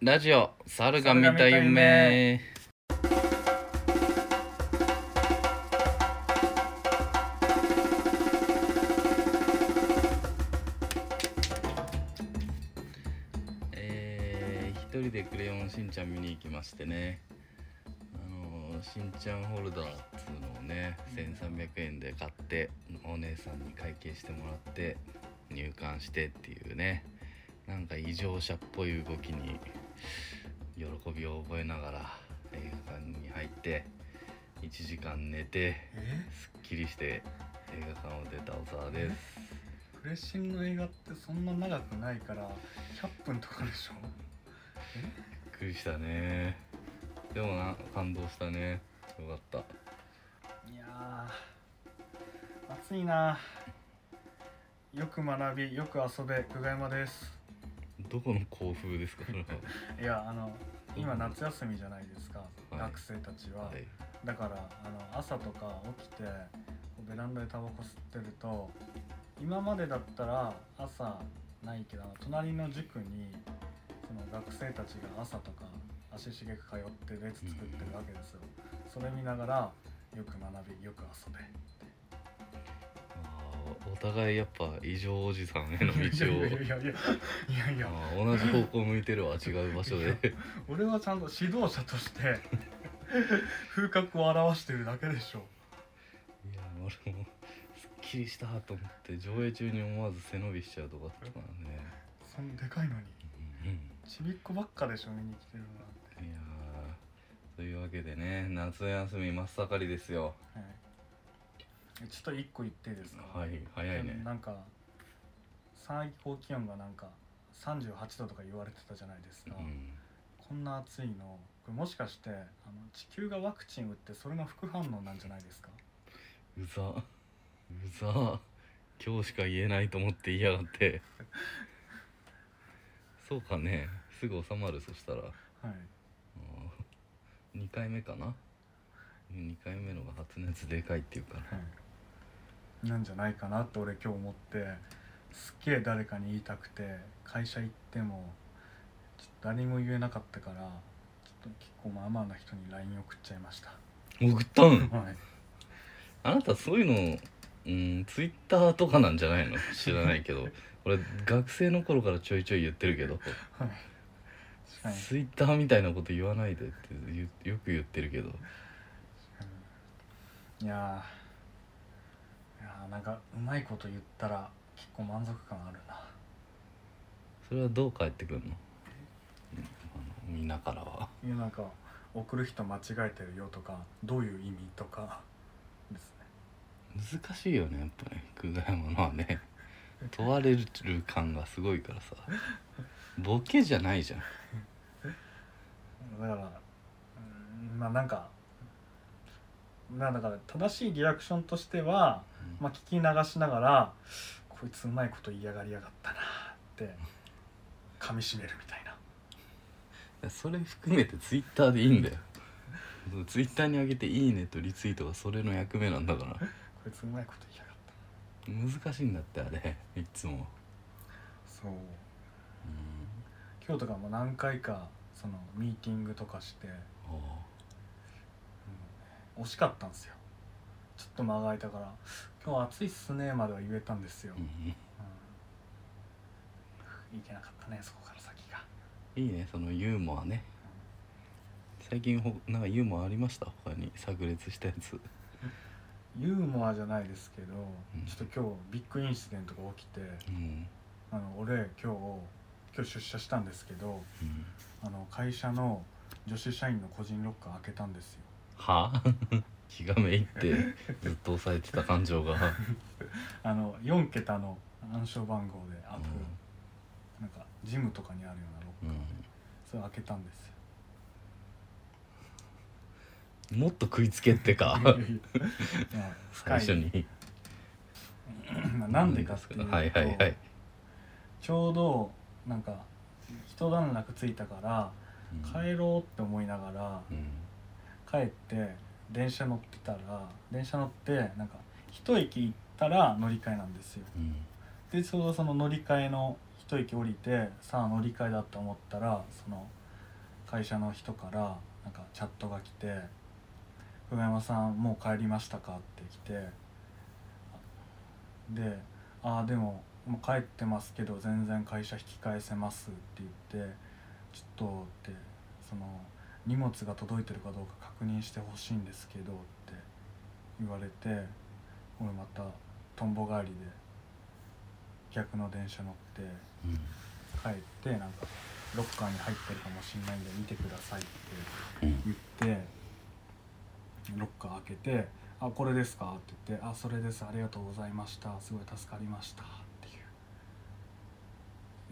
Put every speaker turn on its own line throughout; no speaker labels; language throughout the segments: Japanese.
ラジオ猿が見た夢えー一人でクレヨンしんちゃん見に行きましてねあのーしんちゃんホルダーっつうのをね1300円で買ってお姉さんに会計してもらって入館してっていうねなんか異常者っぽい動きに喜びを覚えながら映画館に入って1時間寝て
え
すっきりして映画館を出た小沢です
フレッシングの映画ってそんな長くないから100分とかでしょ
びっくりしたねでもな感動したねよかった
いやー暑いなよく学びよく遊べ久我山です
どこの校風ですかそれは
いやあの今夏休みじゃないですか、
い
学生たちは、
はい
だからあの朝とか起きてこうベランダでタバコ吸ってると今までだったら朝ないけど隣の塾にその学生たちが朝とか足しげく通って列作ってるわけですよ、それ見ながらよく学びよく遊べ
あーお互いやっぱ異常おじさんへの道
い
を
やいやいやいやいやいや
あー同じ方向向いてるわ違う場所で
俺はちゃんと指導者として風格を表してるだけでしょ
いや俺もすっきりしたと思って上映中に思わず背伸びしちゃうとこあったからね、
そんでかいのに
うん
ちびっこばっかでしょ見に来てるのなんて
いやーというわけでね夏休み真っ盛りですよ
はい、ちょっと一個言っていいですか、
はい早いね
なんか最高気温がなんか38度とか言われてたじゃないですか、
うん
こんな暑いのこれもしかしてあの地球がワクチン打ってそれの副反応なんじゃないですか
うざうざ今日しか言えないと思って言いやがってそうかねすぐ収まるそしたら
はい
2回目かな2回目のが発熱でかいっていうから
はいなんじゃないかなって俺今日思ってすっげえ誰かに言いたくて会社行ってもちょっと誰にも言えなかったからちょっと結構まあまあな人に LINE 送っちゃい ました、
送ったん
はい
あなたそういうのうんツイッターとかなんじゃないの知らないけど俺学生の頃からちょいちょい言ってるけど
はい。確かに。
ツイッターみたいなこと言わないでって言うよく言ってるけど
うんいやー、いやーなんかうまいこと言ったら結構満足感あるな。
それはどう返ってくるのうんあのみんなからはい
やなんか送る人間違えてるよとかどういう意味とか ですね。
難しいよねやっぱね久我山のはね問われる感がすごいからさボケじゃないじゃん
だから、うんまあなんか。まあだから正しいリアクションとしては、まあ、聞き流しながら「こいつうまいこと言いやがりやがったな」って噛みしめるみたいな
それ含めてツイッターでいいんだよツイッターに上げて「いいね」とリツイートがそれの役目なんだから
「こいつうまいこと言いやがった
難しいんだってあれ いつも、」
そう
うん
今日とかも何回かそのミーティングとかして、
あ
うん惜しかったんですよちょっと間が空いたから「今日暑いっすね」までは言えたんですよ、
あうん
うんいけなかったねそこから先が
いいねそのユーモアね最近ほなんかユーモアありました他に炸裂したやつ
ユーモアじゃないですけど、
ん
ちょっと今日ビッグインシデントが起きて
うん、
あの俺今日今日出社したんですけど
うん、
あの会社の女子社員の個人ロッカー開けたんですよ
は あ気がめいってずっと抑えてた感情が、
あの4桁の暗証番号で開く、
う
なんかジムとかにあるようなロッカー
ん
それ開けたんです よ
うん、もっと食いつけってか
まあ
最初に
まあなんでかっていうと、
はいはいはい、
ちょうどなんか一段落ついたから
うん
帰ろうって思いながら
うん
帰って電車乗ってたら電車乗ってなんか一駅行ったら乗り換えなんですよ
うん
でちょうどその乗り換えの一駅降りてさあ乗り換えだと思ったらその会社の人からなんかチャットが来て「久我山さんもう帰りましたか?」って来てで「ああでももう帰ってますけど全然会社引き返せます」って言って「ちょっと」ってその荷物が届いてるかどうか確認してほしいんですけどって言われて俺またとんぼ帰りで逆の電車乗って
うん
帰ってなんかロッカーに入ってるかもしんないんで見てくださいって
うん
言ってロッカー開けて「あこれですか?」って言って「あそれですありがとうございましたすごい助かりました」ってい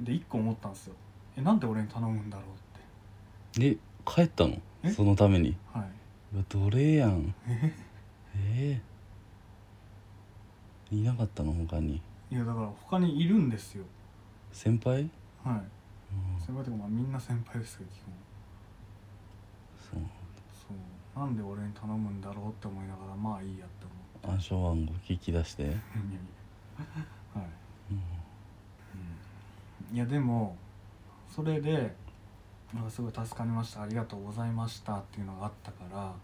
うで1個思ったんですよえなんで俺に頼むんだろうって
で帰ったの
え
そのために
はい、
うわ奴隷や んええいなかったの他に
いやだから他にいるんですよ
先輩、うん、
はい先輩ってかまあみんな先輩ですけど基本
そう
そうなんで俺に頼むんだろうって思いながらまあいいやって思っ
暗証暗号聞き出して、
て はい、
うん
うん、いやでもそれで「なんかすごい助かりましたありがとうございました」っていうのがあったから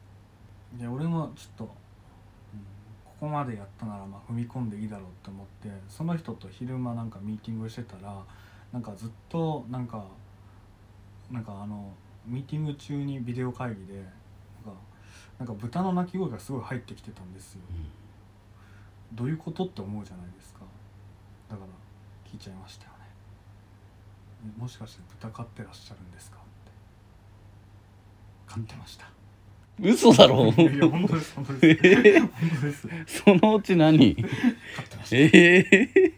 いや俺もちょっと、うん、ここまでやったならまあ踏み込んでいいだろうって思ってその人と昼間なんかミーティングしてたらなんかずっとなんかなんかあのミーティング中にビデオ会議でなんかなんか豚の鳴き声がすごい入ってきてたんですよ。どういうことって思うじゃないですかだから聞いちゃいましたよねえもしかして豚飼ってらっしゃるんですかって飼ってました
うん、嘘だろ
いやいや本当です本当です
えー
本当です
そのうち何
飼ってました、
ええ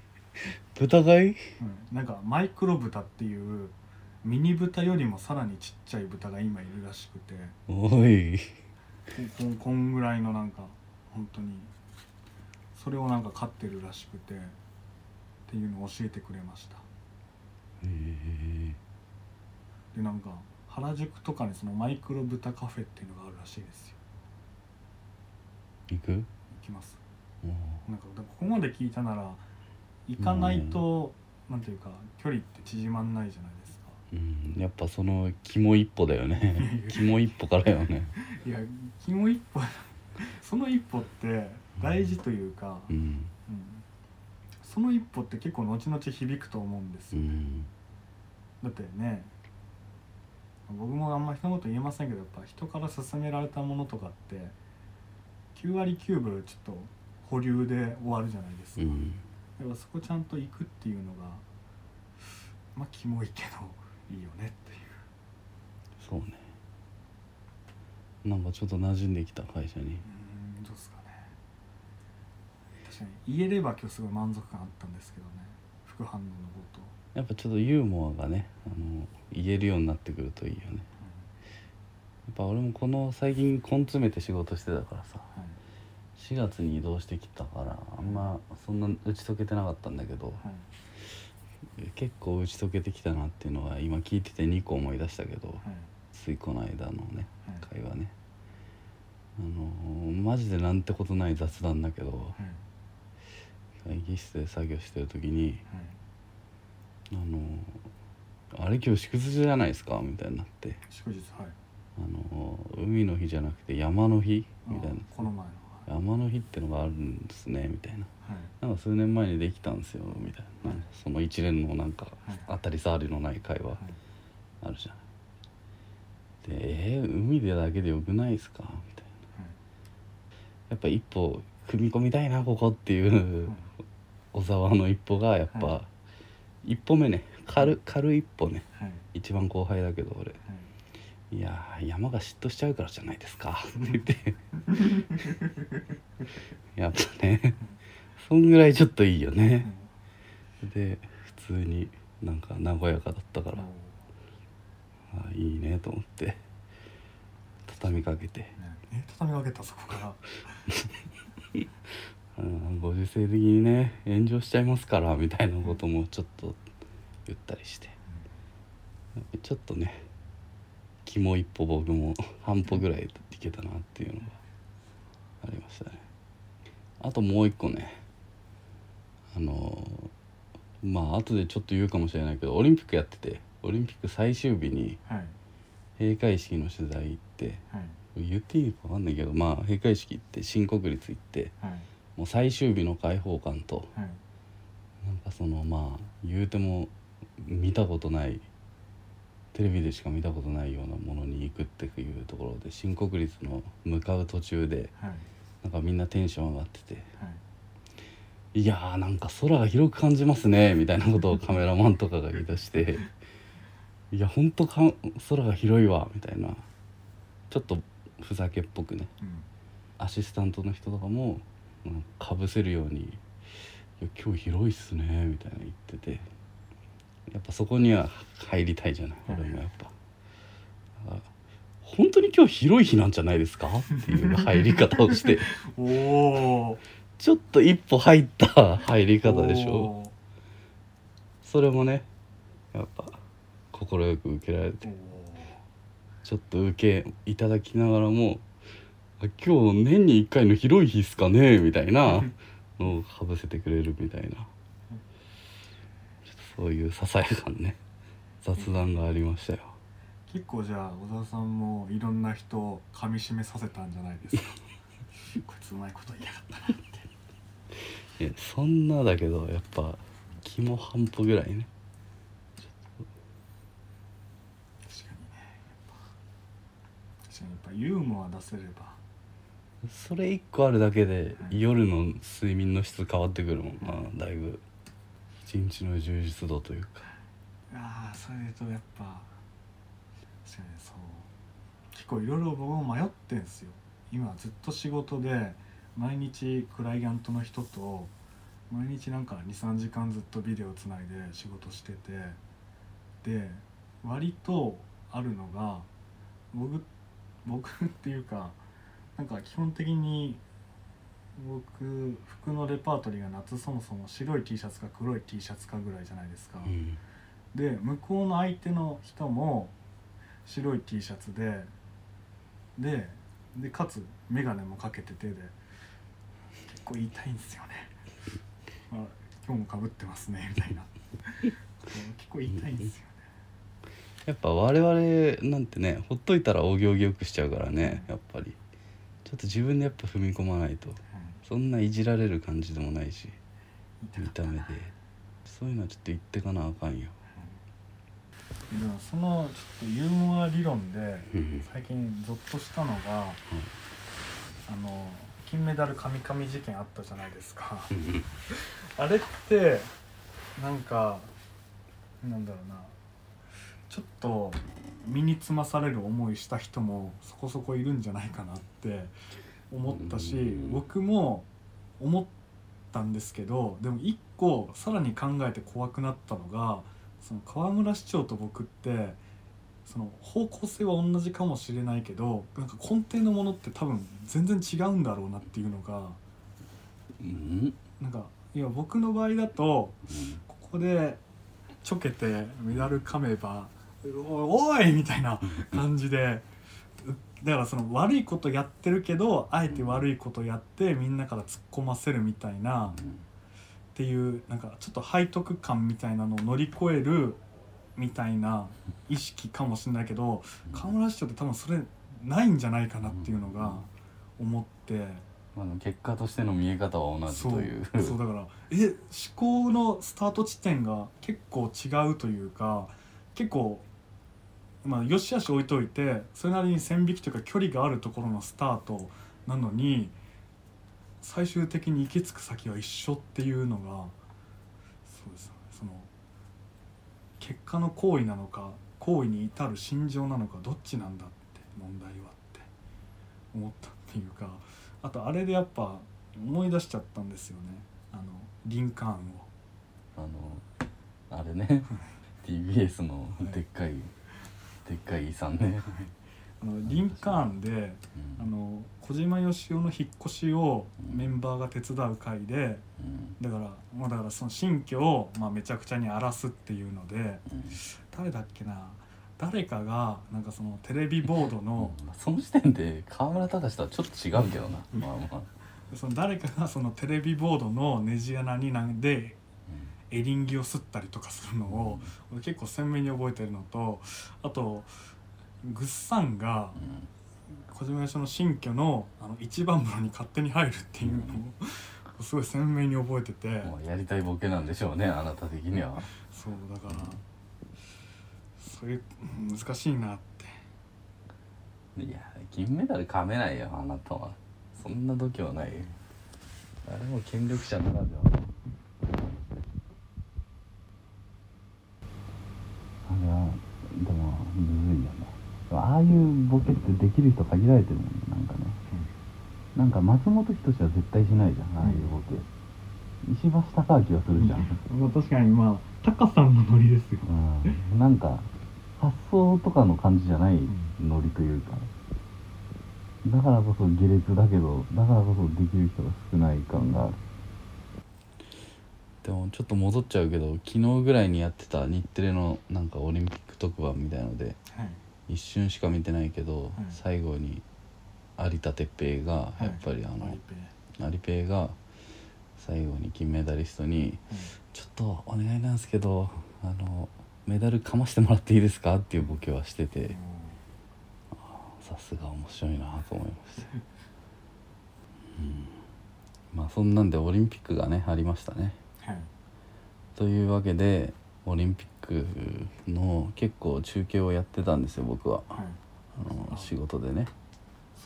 豚飼い
うん、なんかマイクロ豚っていうミニ豚よりもさらにちっちゃい豚が今いるらしくて
おい
ここんこんぐらいのなんか本当にそれをなんか飼ってるらしくてっていうのを教えてくれました
え
でなんか原宿とかにそのマイクロ豚カフェっていうのがあるらしいですよ
え行く
行きます
うん
なんかでもここまで聞いたなら行かないと、なんていうか距離って縮まんないじゃないですか
うんやっぱその肝一歩だよ ね肝一歩からよね
いや肝一歩 その一歩って大事というか、
う
うん
ん
その一歩って結構後々響くと思うんです
う
よ、
ん
だってね僕もあんま人のこと言えませんけどやっぱ人から勧められたものとかって9割9分ちょっと保留で終わるじゃないです
う
か、
ん
でもそこちゃんと行くっていうのがまあキモいけどいいよねっていう
そうねなんかちょっと馴染んできた会社に
うーんどうですかね確かに言えれば今日すごい満足感あったんですけどね副反応のこと、
やっぱちょっとユーモアがねあの言えるようになってくるといいよねやっぱ俺もこの最近根詰めて仕事してたからさ
うんはい
4月に移動してきたからあんまそんな打ち解けてなかったんだけど
はい
結構打ち解けてきたなっていうのは今聞いてて2個思い出したけど
はい
ついこの間のね
はい
会話ねあのーマジでなんてことない雑談だけど
はい
会議室で作業してる時に「
はい
あのーあれ今日祝日じゃないですか?」みたいになって
祝日はい
「あのー海の日じゃなくて山の日?」みたい
あ
な
この前の
「山の日ってのがあるんですね」みたいな
はい
「なんか数年前にできたんですよ」みたいななんかその一連のなんか
はい
当たり障りのない会話
はい
あるじゃない。で「えー海でだけでよくないですか?」みたいな。やっぱ一歩踏み込みたいなここっていう
はい
小沢の一歩がやっぱ、
は
一歩目ね軽軽い一歩ね
はい
一番後輩だけど俺
はい
「いやー山が嫉妬しちゃうからじゃないですか」って言ってやっぱねそんぐらいちょっといいよ
はい
ねで普通になんか和やかだったから
も
あいいねと思って畳みかけて
うねえ畳みかけたそこから
うんご時世的にね炎上しちゃいますからみたいなこともちょっと言ったりしてちょっとね肝一歩僕も半歩ぐらいいけたなっていうのがありましたねあともう一個ねあのまあ後でちょっと言うかもしれないけどオリンピックやっててオリンピック最終日に
はい
閉会式の取材行って
はい
言っていいのか分かんないけどまあ閉会式行って新国立行って
はい
もう最終日の開放感と
はい
なんかそのまあ言うても見たことないテレビでしか見たことないようなものに行くっていうところで新国立の向かう途中で
はい
なんかみんなテンション上がってて
はい
「いやーなんか空が広く感じますね」みたいなことをカ メラマンとかが言い出して「いやほんとか空が広いわ」みたいなちょっとふざけっぽくね
うん
アシスタントの人とかもうんかぶせるように「いや今日広いっすね」みたいな言っててやっぱそこには入りたいじゃない
はい
俺もやっぱ。だから本当に今日広い日なんじゃないですかっていう入り方をして
おお
ちょっと一歩入った入り方でしょそれもねやっぱ快く受けられて
おー
ちょっと受けいただきながらもあ「今日年に1回の広い日っすかね」みたいなのをかぶせてくれるみたいなちょっとそういうささやかなね雑談がありましたよ。
結構じゃあ小沢さんもいろんな人を噛み締めさせたんじゃないですか こいつうまいこと言いやがったなって
いやそんなだけどやっぱ気も半歩ぐらいね
確かにねやっぱ確かにやっぱユーモア出せれば
それ1個あるだけで
はい
夜の睡眠の質変わってくるもんなだいぶ一日の充実度というか。
ああそれで言うとやっぱ確かにそう結構いろいろ僕も迷ってんすよ今ずっと仕事で毎日クライアントの人と毎日なんか23時間ずっとビデオつないで仕事しててで割とあるのが僕僕っていうかなんか基本的に僕服のレパートリーが夏そもそも白い T シャツか黒い T シャツかぐらいじゃないですか。
うん
で向こうの相手の人も白い T シャツでででかつ眼鏡もかけててで結構言いたいんですよね あ今日もかぶってますねみたいな 結構言いたいんですよ
やっぱ我々なんてねほっといたら大行儀よくしちゃうからねやっぱりちょっと自分でやっぱ踏み込まないと
ね、うん
そんないじられる感じでもないし
言
見
いた
た
かった
目
な
でそういうのはちょっと言ってかなあかんよ、
でもそのちょっとユーモア理論で
うん
最近ゾッとしたのが、あの金メダルカミカミ事件あったじゃないですか
うん
あれってなんかなんだろうなちょっと身につまされる思いした人もそこそこいるんじゃないかなって思ったし
うん
僕も思ったんですけどでも一個さらに考えて怖くなったのがその河村市長と僕ってその方向性は同じかもしれないけどなんか根底のものって多分全然違うんだろうなっていうのが
うん
なんかいや僕の場合だとここでちょけてメダル噛めば「おおい!」みたいな感じでだからその悪いことやってるけどあえて悪いことやってみんなから突っ込ませるみたいなっていうなんかちょっと背徳感みたいなのを乗り越えるみたいな意識かもしれないけど河村市長って多分それないんじゃないかなっていうのが思って。
まあでも結果としての見え方は同じという
そうそうだからえ思考のスタート地点が結構違うというか結構まあよしあし置いといてそれなりに線引きというか距離があるところのスタートなのに最終的に行き着く先は一緒っていうのがそうですよねその結果の行為なのか行為に至る心情なのかどっちなんだって問題はって思ったっていうかあとあれでやっぱ思い出しちゃったんですよねあのリンカーンを
あのあれね TBS のでっかいでっかい遺産ね、
あのリンカーンで
うん
あの小島よしおの引っ越しをメンバーが手伝う会で
うん
だからまあだからその新居をまあめちゃくちゃに荒らすっていうので
うん
誰だっけな誰かがなんかそのテレビボードの
まあその時点で河村隆とはちょっと違うけどなまあまあ、
その誰かがそのテレビボードのネジ穴になんでエリンギを吸ったりとかするの
うん
を結構鮮明に覚えてるのとあとぐっさんが小島よしおの新居のあの一番風呂に勝手に入るっていうのをすごい鮮明に覚えてて、
もうやりたいボケなんでしょうねあなた的には
そうだからそれうん難しいなって
いや銀メダル噛めないよあなたはそんな度胸ないよあれも権力者ならではあれはでもむずいよねでもああいうボケってできる人限られてるもんねなんかね、なんか松本人志は絶対しないじゃんああいうボケ、石橋貴明はするじゃん、
まあ確かにまあタカさんのノリですよ、
うん、なんか発想とかの感じじゃないノリというかだからこそ下劣だけどだからこそできる人が少ない感があるでもちょっと戻っちゃうけど昨日ぐらいにやってた日テレのなんかオリンピック特番みたいので
はい
一瞬しか見てないけど、
い
最後に有田哲平がやっぱりあの、
マリペ
アリペイが最後に金メダリストに
うん
「ちょっとお願いなんですけどあのメダルかましてもらっていいですか?」っていうボケはしててさすが面白いなと思いました、うん、まあそんなんでオリンピックがねありましたね
はい
というわけでオリンピックの結構中継をやってたんですよ僕は
はい
あの仕事でね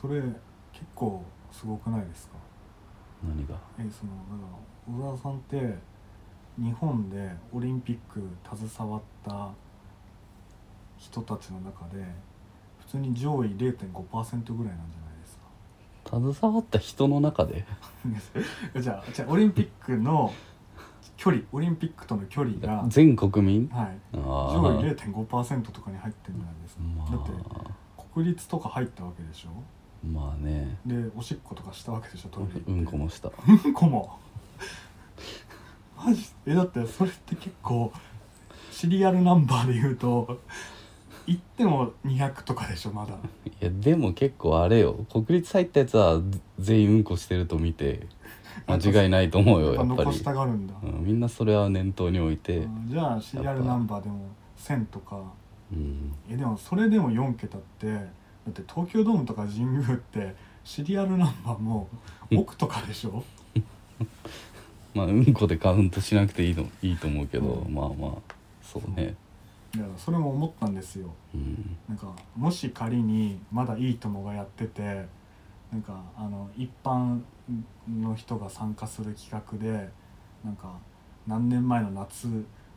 それ結構すごくないですか
何が
えそのだから小沢さんって日本でオリンピック携わった人たちの中で普通に上位0.5%ぐらいなんじゃないですか
携わった人の中で
じゃあじゃあオリンピックの距離オリンピックとの距離が、
全国民
はい、
ああ
上位0.5%とかに入ってるんじゃないですか、
ま
だって
あ
国立とか入ったわけでしょ
まあね
でおしっことかしたわけでしょトイレ行って
うんこもした
うんこもマジえだってそれって結構シリアルナンバーで言うと行っても200とかでしょまだ
いやでも結構あれよ国立入ったやつはぜ全員うんこしてると見て間違いないと思うよ
やっ
や
ぱ
っぱ
残し
り、
たがるんだ、
うん、みんなそれは念頭に置いて、
あじゃあシリアルナンバーでも1000とか
うん、
えでもそれでも4桁ってだって東京ドームとか神宮ってシリアルナンバーも億とかでしょ
まあうんこでカウントしなくていいのいいと思うけど、
う
まあまあそうね、
いやそれも思ったんですよ
うん、
なんかもし仮にまだいいともがやっててなんかあの一般の人が参加する企画でなんか何年前の夏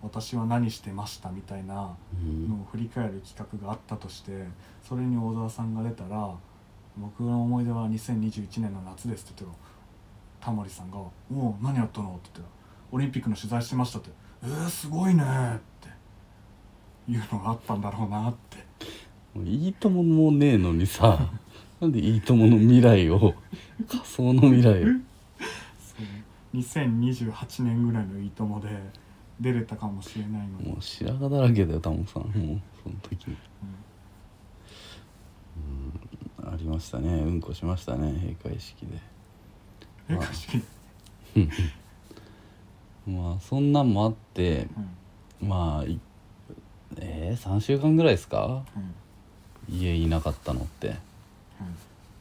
私は何してましたみたいな
うん
のを振り返る企画があったとしてそれに小沢さんが出たら「僕の思い出は2021年の夏です」って言ってタモリさんが「おお何やったの?」って言って「オリンピックの取材してました」って「えー、すごいね」っていうのがあったんだろうなって。
もういいとももねえのにさ なんでいいともの未来を仮想の未来を
そう2028年ぐらいの「いいとも」で出れたかもしれないのに、
もう白髪だらけだよタモさんもうその時うんありましたねうんこしましたね閉会式で。
うん、
まあ
え確かに、
まあそんなんもあって
うん
まあいえー、3週間ぐらいですか
うん
家いなかったのって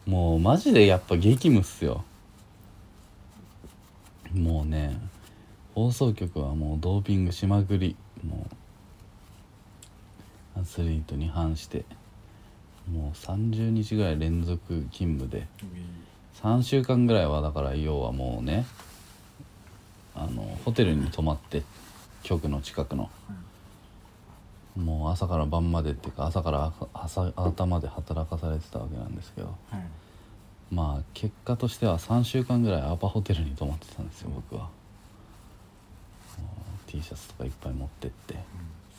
うん
もうマジでやっぱ激務っすよもうね放送局はもうドーピングしまくりもうアスリートに反してもう30日ぐらい連続勤務で3週間ぐらいはだから要はもうねあのホテルに泊まって局の近くの、もう朝から晩までっていうか朝から朝朝方まで働かされてたわけなんですけど
はい
まあ結果としては3週間ぐらいアパホテルに泊まってたんですよ僕はもう T シャツとかいっぱい持ってって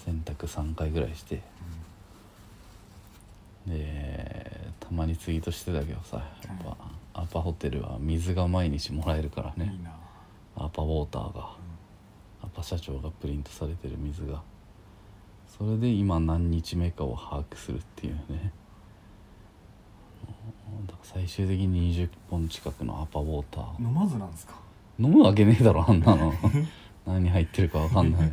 洗濯3回ぐらいして、でたまにツイートしてたけどさやっぱ、アパホテルは水が毎日もらえるからね、
いいな
アパウォーターが、アパ社長がプリントされてる水がそれで今何日目かを把握するっていうねだから最終的に20本近くのアパウォーター
飲まずなんですか
飲むわけ ねえだろあんなの何入ってるかわかんない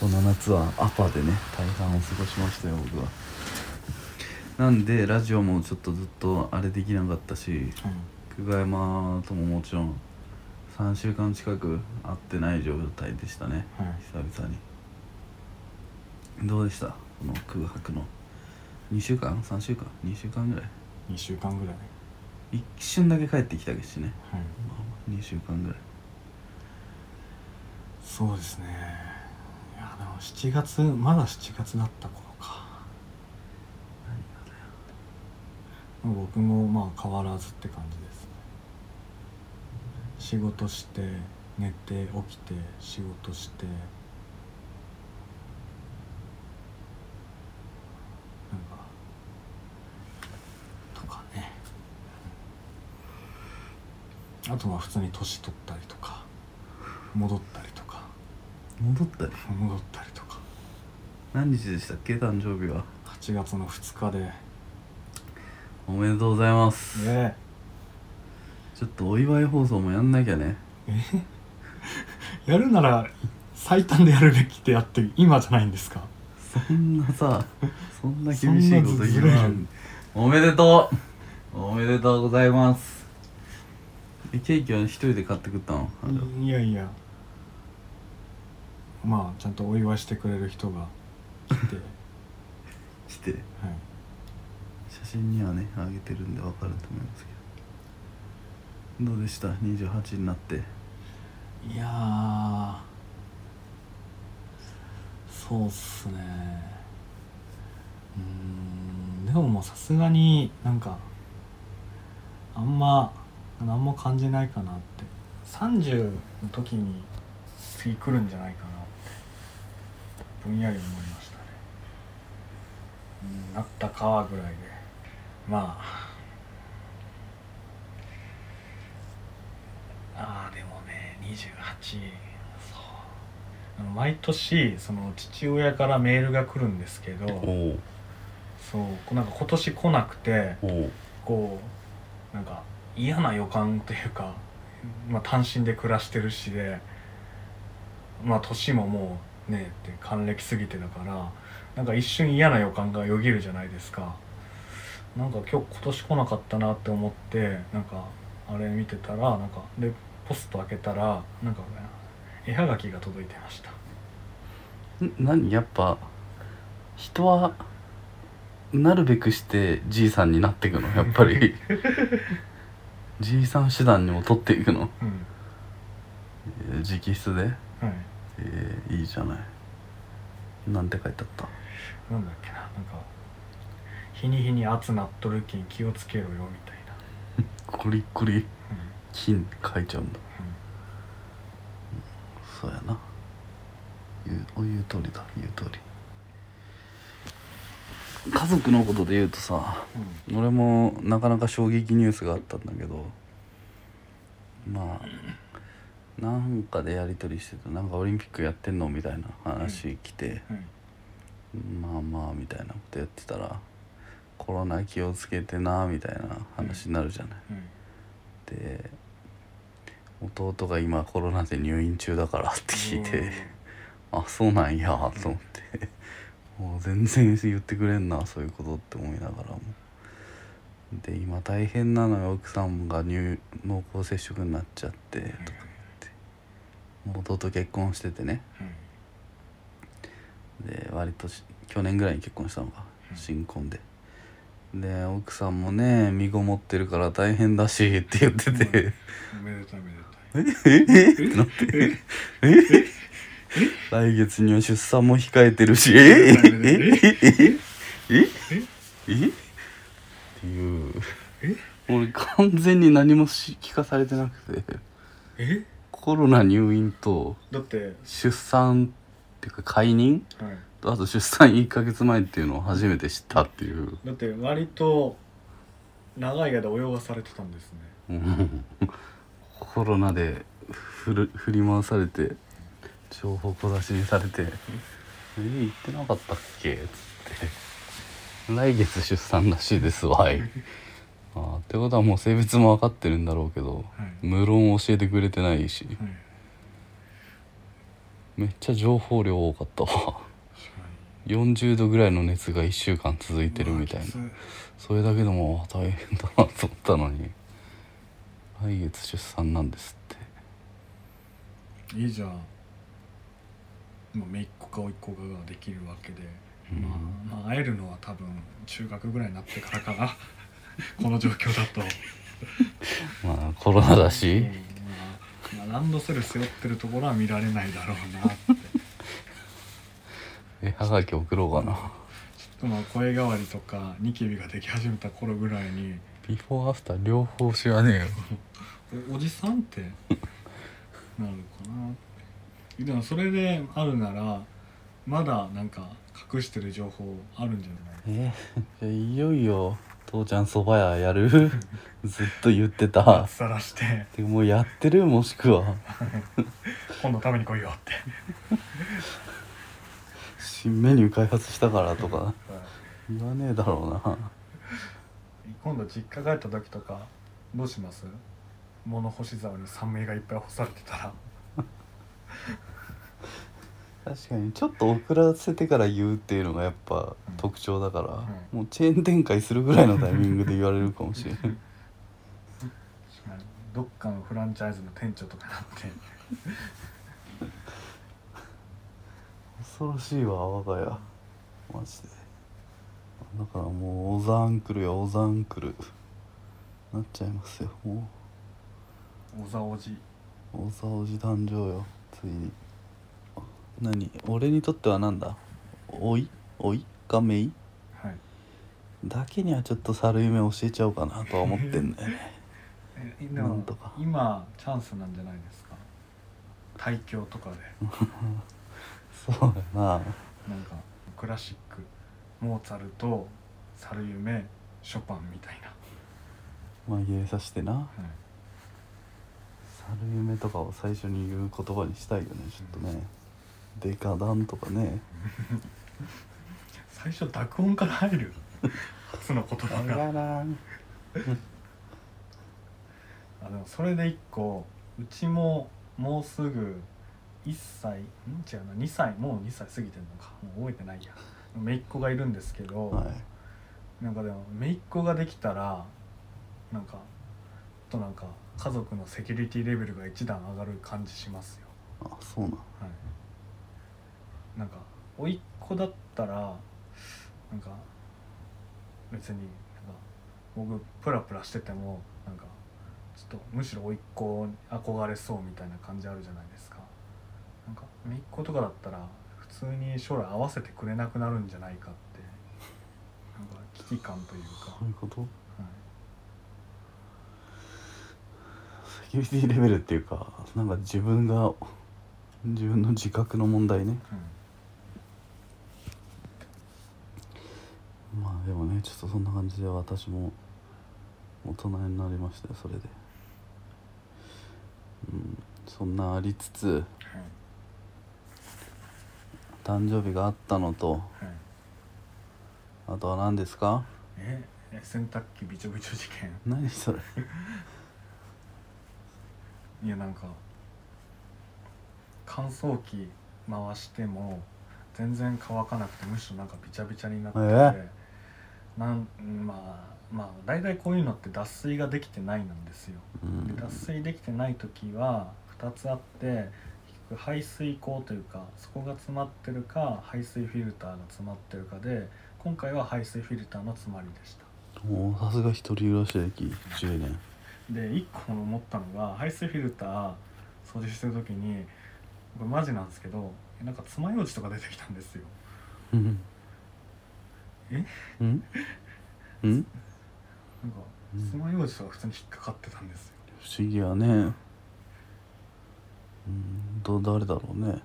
この夏はアパでね大半を過ごしましたよ僕はなんでラジオもちょっとずっとあれできなかったし久我山とももちろん3週間近く会ってない状態でしたね
はい
久々にどうでしたこの空白の2週間3週間2週間ぐらい
2週間ぐらい、
一瞬だけ帰ってきたけどね、
はい、
まあまあ、2週間ぐらい
そうですねいやでも7月まだ7月だった頃か僕もまあ変わらずって感じですね仕事して寝て起きて仕事してなんかとかねあとは普通に年取ったりとか戻ったりとか
戻ったり
戻ったりとか
何日でしたっけ誕生日は
8月の2日で
おめでとうございます、
ね
ちょっとお祝い放送もやんなきゃね
えやるなら最短でやるべきでやって今じゃないんですか
そんなさそんな厳しいこと言
そんなずずれ
わ
る
んおめでとうおめでとうございますえケーキは一人で買ってくったのあれはい
やいやまあちゃんとお祝いしてくれる人が来 て、
来て
はい、
写真にはねあげてるんでわかると思いますけどどうでした28になって
いやーそうっすねうーんでももうさすがになんかあんま何も感じないかなって30の時に次来るんじゃないかなってぼんやり思いましたねうんなったかぐらいでまあああでもね28そうあの毎年その父親からメールが来るんですけど
お
そうこうなんか今年来なくて
おお
こうなんか嫌な予感というか、まあ、単身で暮らしてるしでまあ年ももうねって還暦過ぎてだからなんか一瞬嫌な予感がよぎるじゃないですかなんか今日今年来なかったなって思ってなんかあれ見てたらなんかでポスト開けたらなんか絵はがきが届いてました
ん何やっぱ人はなるべくしてじいさんになっていくのやっぱ りじいさん手段にも取っていくの
うん
えー直筆で、
はい
えーいいじゃないなんて書いてあった
なんだっけななんか日に日に暑なっとるけん気をつけろよみたいな、
コリコリ
うんうん
金書いちゃうんだそうやな言うお言う通りだ言う通り家族のことで言うとさ
う
俺もなかなか衝撃ニュースがあったんだけどまあなんかでやり取りしてたなんかオリンピックやってんのみたいな話来て、
んはい
まあまあみたいなことやってたらコロナ気をつけてなみたいな話になるじゃない。
うん
で弟が今コロナで入院中だからって聞いて、あそうなんやと思ってもう全然言ってくれんなそういうことって思いながらもで今大変なのよ奥さんが入濃厚接触になっちゃってとか言ってもう弟結婚しててね
うん
で割とし去年ぐらいに結婚したのか
うん
新婚でで奥さんもね身ごもってるから大変だしって言ってて、
おめでたいおめで
えええってなってえ来月には出産も控えてるしえええええええっていう
え
俺完全に何もし聞かされてなくて
たいえ
コロナ入院と
だってはい
出産っていうか解任とあと出産1ヶ月前っていうのを初めて知ったっていう、
だって割と長い間泳がされてたんですね
うんコロナで振る振り回されて情報小出しにされて「え行ってなかったっけ?」つって「来月出産らしいですわい」あーってことはもう性別も分かってるんだろうけど
はい
無論教えてくれてないし
はい
めっちゃ情報量多かったわ40度ぐらいの熱が1週間続いてるみたいな
うわき
それだけでもあ大変だなと思ったのに来月出産なんですって
ついいじゃんもう姪っ子か甥っ子かができるわけで、
うん
まあ、まあ会えるのは多分中学ぐらいになってから かなこの状況だと、
まあコロナだ
う
し
んまあまあランドセル背負ってるところは見られないだろうなって
えはがき送ろうかな
でも声変わりとかニキビができ始めた頃ぐらいに
ビフォーアフター両方知らねえよ
おおじさんってなるかなでもそれであるならまだなんか隠してる情報あるんじゃない
えじゃあいよいよ父ちゃんそば屋や るずっと言ってた
さらして
でもうやってるもしくは
今度食べに来いよって
新メニュー開発したからとか言わねえだろうな
今度実家帰った時とかどうします物干し竿にサメがいっぱい干されてたら
確かにちょっと遅らせてから言うっていうのがやっぱ
うん
特徴だから、もうチェーン展開するぐらいのタイミングで言われるかもしれない
どっかのフランチャイズの店長とかなって
恐ろしいわ我が家マジでだからもうオザアンクルやオザアンクルなっちゃいますよも
おざおじ
うオザおじ誕生よついに何俺にとってはなんだおいおいかめい
はい
だけにはちょっと猿夢教えちゃおうかなとは思ってんだよね
えで
な
も
んとか
今チャンスなんじゃないですか対響とかで
そうだな
なんかクラシックモーツァルト猿夢ショパンみたいな、
紛れさせてな
はい
猿夢とかを最初に言う言葉にしたいよねちょっとね、デカダンとかね
最初濁音から入 る初の言葉が
ン
あでもそれで一個うちももうすぐ1歳ん違うな2歳もう2歳過ぎてるのかもう覚えてないや姪っ子がいるんですけど、
はい
なんかでも姪っ子ができたらなんかちょっとなんか家族のセキュリティレベルが一段上がる感じしますよ
あそうなん
はい、なんか甥っ子だったらなんか別になんか僕プラプラしててもなんかちょっとむしろ甥っ子に憧れそうみたいな感じあるじゃないですかなんか姪っ子とかだったら普通に将来合わせてくれなくなるんじゃないかってなんか危機感というか、
そういうこと
はい
セキュリティレベルっていうかなんか自分が自分の自覚の問題ね
う
まあでもねちょっとそんな感じで私も大人になりましたよそれでうんそんなありつつ
んはい
誕生日があったのと
はい、
あとは何ですか
ええ洗濯機びちょびちょ事件
何それ
いやなんか乾燥機回しても全然乾かなくてむしろなんかびちゃびちゃになってて、
え
なんまあまあ大体こういうのって脱水ができてないなんですよ。
う
で
ん
脱水できてない時は2つあって結局排水口というかそこが詰まってるか排水フィルターが詰まってるかで今回は排水フィルターの詰まりでした。
もうさすが一人暮らし歴10年
で1個思ったのが排水フィルター掃除してる時にこれマジなんですけどなんか爪楊枝とか出てきたんですよ
うん
え
うんうん
なんか
うん
爪楊枝とか普通に引っかかってたんですよ
不思議やねうんど誰だろうね
うんだからま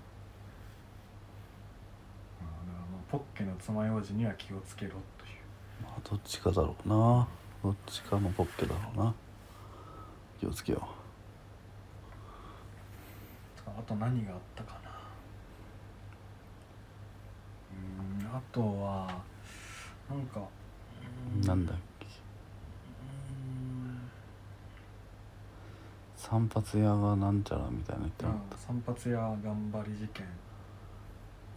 あポッケの爪楊枝には気をつけろという
まあどっちかだろうなどっちかのポッケだろうな気をつけよ
あと何があったかなうーんあとはなんかうー
うなんだっけ
うーん
「散髪屋がなんちゃらみたいな言ってなかった、
散髪屋頑張り事件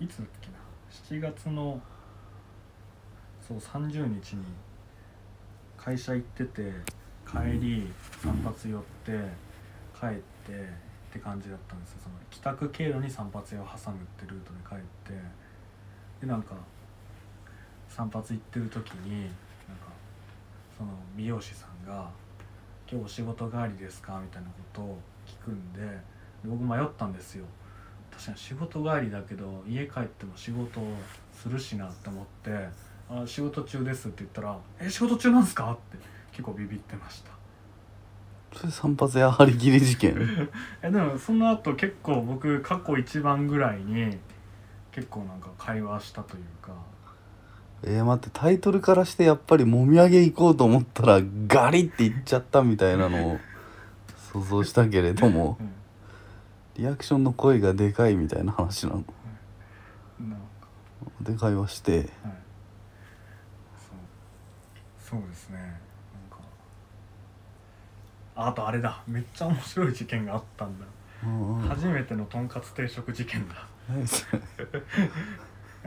いつだっけな7月のそう30日に会社行ってて帰り散髪寄って帰ってって感じだったんですよその帰宅経路に散髪屋を挟むってルートで帰ってでなんか散髪行ってる時になんかその美容師さんが「今日お仕事帰りですか?」みたいなことを聞くんで。で僕迷ったんですよ確かに仕事帰りだけど家帰っても仕事をするしなって思って「あ仕事中です」って言ったら「え仕事中なんすか?」って結構ビビってました
それ散髪屋張り切り事件
えでもその後結構僕過去一番ぐらいに結構なんか会話したというか
えー、待ってタイトルからしてやっぱりもみあげ行こうと思ったらガリっていっちゃったみたいなのを想像したけれども
う
リアクションの声がでかいみたいな話なの
んなんか
で会話して
はいそうそうですねなんかああとあれだめっちゃ面白い事件があったんだ
うんうん
初めてのとんかつ定食事件だ
何それ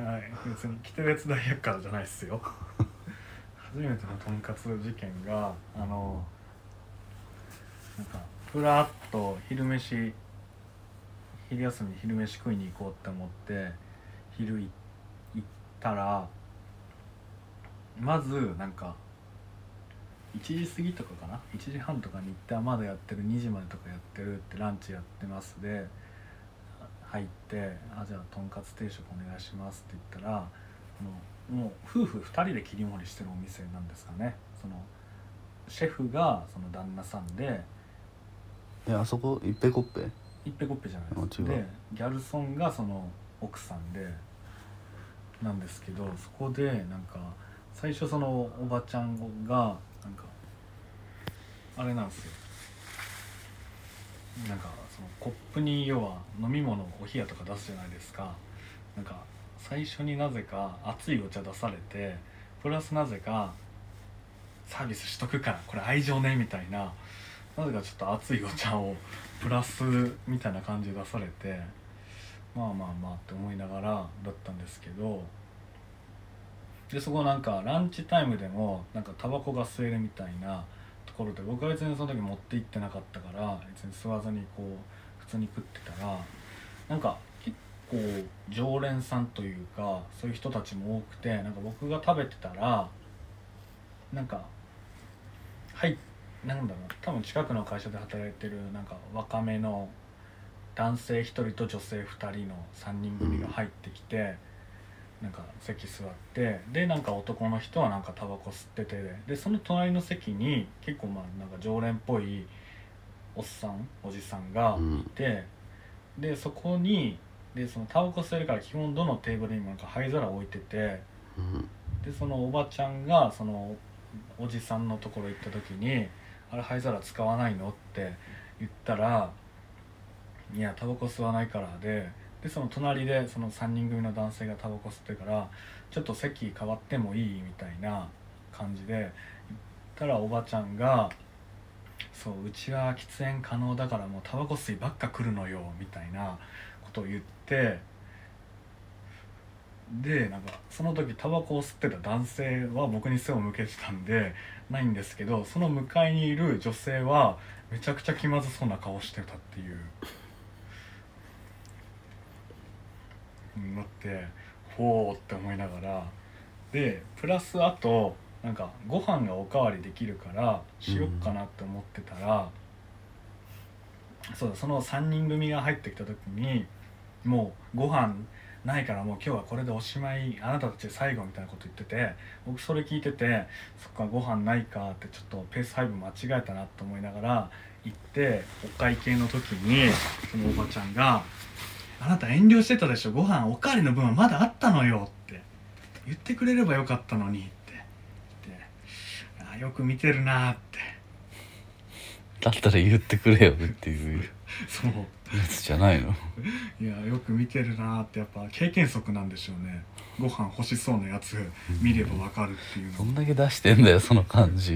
はい、別に北別大百科じゃないっすよ初めてのとんかつ事件があのなんかふらっと昼飯昼休みに昼飯食いに行こうって思って昼い行ったらまずなんか1時過ぎとかかな1時半とかに行ってあまだやってる2時までとかやってるってランチやってますで入って「あじゃあとんかつ定食お願いします」って言ったらあのもう夫婦2人で切り盛りしてるお店なんですかねそのシェフがその旦那さんで
えあそこいっぺこっぺ
いっぺこっぺじゃないです
あ違う
でギャルソンがその奥さんでなんですけどそこでなんか最初そのおばちゃんがなんかあれなんですよなんかそのコップに要は飲み物お冷やとか出すじゃないですかなんか最初になぜか熱いお茶出されてプラスなぜかサービスしとくからこれ愛情ねみたいななぜかちょっと熱いお茶をプラスみたいな感じで出されてまあまあまあって思いながらだったんですけどでそこなんかランチタイムでもなんかタバコが吸えるみたいなところで僕は別にその時持って行ってなかったから別に吸わずにこう普通に食ってたらなんか結構常連さんというかそういう人たちも多くてなんか僕が食べてたらなんか入っなんだろう多分近くの会社で働いてるなんか若めの男性1人と女性2人の3人組が入ってきて、なんか席座ってでなんか男の人はなんかタバコ吸っててででその隣の席に結構まあなんか常連っぽいおっさんおじさんが
うん
ででそこにでそのタバコ吸えるから基本どのテーブルにもなんか灰皿置いてて
うん
でそのおばちゃんがそのおじさんのところ行った時に「あれ灰皿使わないの?」って言ったら「いやタバコ吸わないからで」でその隣でその3人組の男性がタバコ吸ってるから「ちょっと席変わってもいい?」みたいな感じで言ったらおばちゃんが「そううちは喫煙可能だからもうタバコ吸いばっか来るのよ」みたいなことを言って。でなんかその時タバコを吸ってた男性は僕に背を向けてたんでないんですけどその向かいにいる女性はめちゃくちゃ気まずそうな顔してたっていううんなってほうって思いながらでプラスあとなんかご飯がおかわりできるからしよっかなって思ってたら、そうだその3人組が入ってきた時にもうご飯ないからもう今日はこれでおしまいあなたたち最後みたいなこと言ってて僕それ聞いててそっかご飯ないかってちょっとペース配分間違えたなと思いながら行ってお会計の時にそのおばちゃんが「あなた遠慮してたでしょご飯おかわりの分はまだあったのよ」って言ってくれればよかったのにって言ってあーよく見てるなーって
だったら言ってくれよっていうや
そう
つじゃないの
いやよく見てるなーってやっぱ経験則なんでしょうねご飯欲しそうなやつ見ればわかるっていうの
どんだけ出してんだよその感じ
っ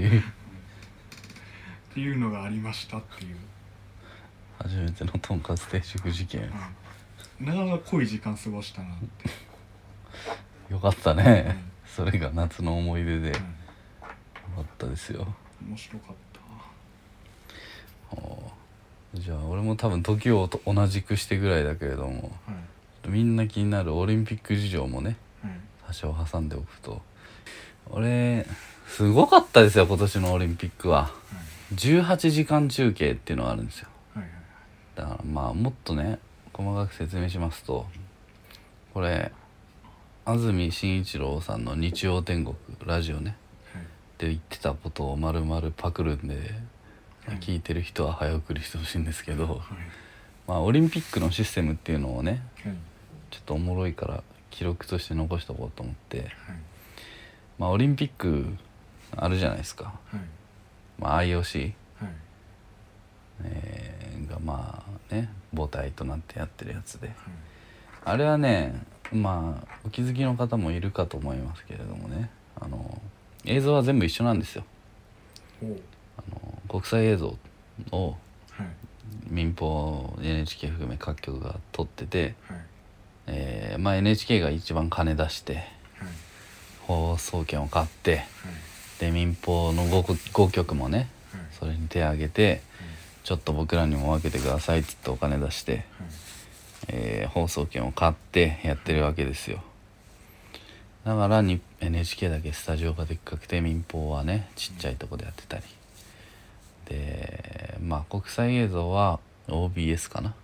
ていうのがありましたっていう
初めてのとんかつ定食事件
うんなかなか濃い時間過ごしたなって、
よかったねそれが夏の思い出でよか
う
ったですよ
ん面白かった
あーじゃあ俺も多分時をと同じくしてぐらいだけれども
はい
みんな気になるオリンピック事情もね
はい
多少挟んでおくと俺すごかったですよ今年のオリンピックは18時間中継っていうのがあるんですよ
はいはいはい
だからまあもっとね細かく説明しますとこれ安住紳一郎さんの「日曜天国」ラジオね
はい
で言ってたことを丸々パクるんで
はい
聞いてる人は早送りしてほしいんですけど、
はい
まあ、オリンピックのシステムっていうのをね
はい
ちょっとおもろいから記録として残しとこうと思って、
はい
まあ、オリンピックあるじゃないですか、
はい
まあ、IOC、
はい
えーがまあね母体となってやってるやつで
はい
あれはねまあお気づきの方もいるかと思いますけれどもねあの映像は全部一緒なんですよ
おう
あの国際映像を
はい
民放 NHK 含め各局が撮ってて、
はい
えーまあ、NHK が一番金出して
はい
放送権を買って
はい
で民放の 5, 5局もね
はい
それに手を挙げてちょっと僕らにも分けてくださいっつってお金出して、えー放送権を買ってやってるわけですよだからに NHK だけスタジオがでっかくて民放はねちっちゃいとこでやってたりでまあ国際映像は OBS かな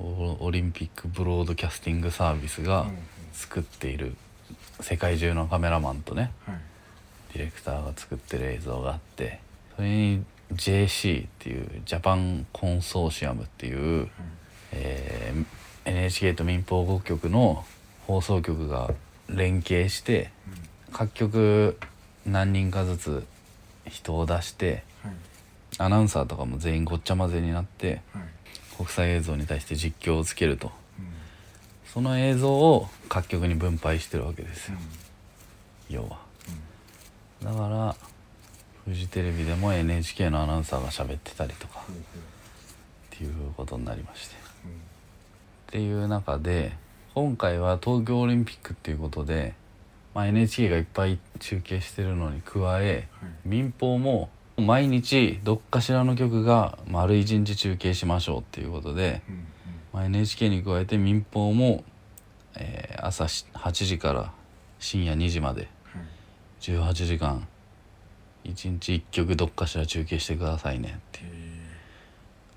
OBS
オオリンピックブロードキャスティングサービスが
うんうん
作っている世界中のカメラマンとね
はい
ディレクターが作ってる映像があってそれに JC っていうジャパンコンソーシアムっていう、えー NHK と民放5局の放送局が連携して
うん
各局何人かずつ人を出して
はい
アナウンサーとかも全員ごっちゃ混ぜになって
はい
国際映像に対して実況をつけると
うん
その映像を各局に分配してるわけです
う
よ
ん
要は。だからフジテレビでも NHK のアナウンサーが喋ってたりとか
ほうほ
っていうことになりましてっ
ううん
ていう中で今回は東京オリンピックっていうことで、まあ、NHK がいっぱい中継してるのに加え
はい
民放も毎日どっかしらの局が丸一日中継しましょうっていうことで、
うんうん
まあ、NHK に加えて民放も、えー朝し8時から深夜2時まで
はい
18時間1日1曲どっかしら中継してくださいねっていう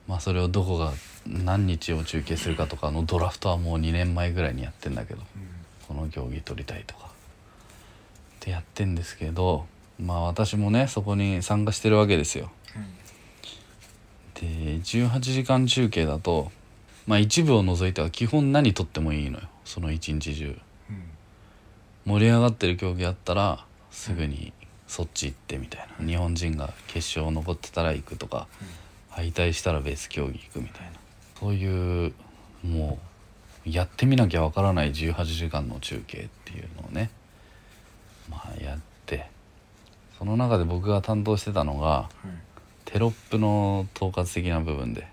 まあそれをどこが何日を中継するかとかのドラフトはもう2年前ぐらいにやってんだけど
うん
この競技取りたいとかってやってんですけどまあ私もねそこに参加してるわけですよ
は
で
い
18時間中継だとまあ一部を除いては基本何撮ってもいいのよその一日中
うん
盛り上がってる競技あったらすぐにそっち行ってみたいな日本人が決勝残ってたら行くとか敗退したら別競技行くみたいなそういうもうやってみなきゃわからない18時間の中継っていうのをねまあやってその中で僕が担当してたのが
はい
テロップの統括的な部分で、
はい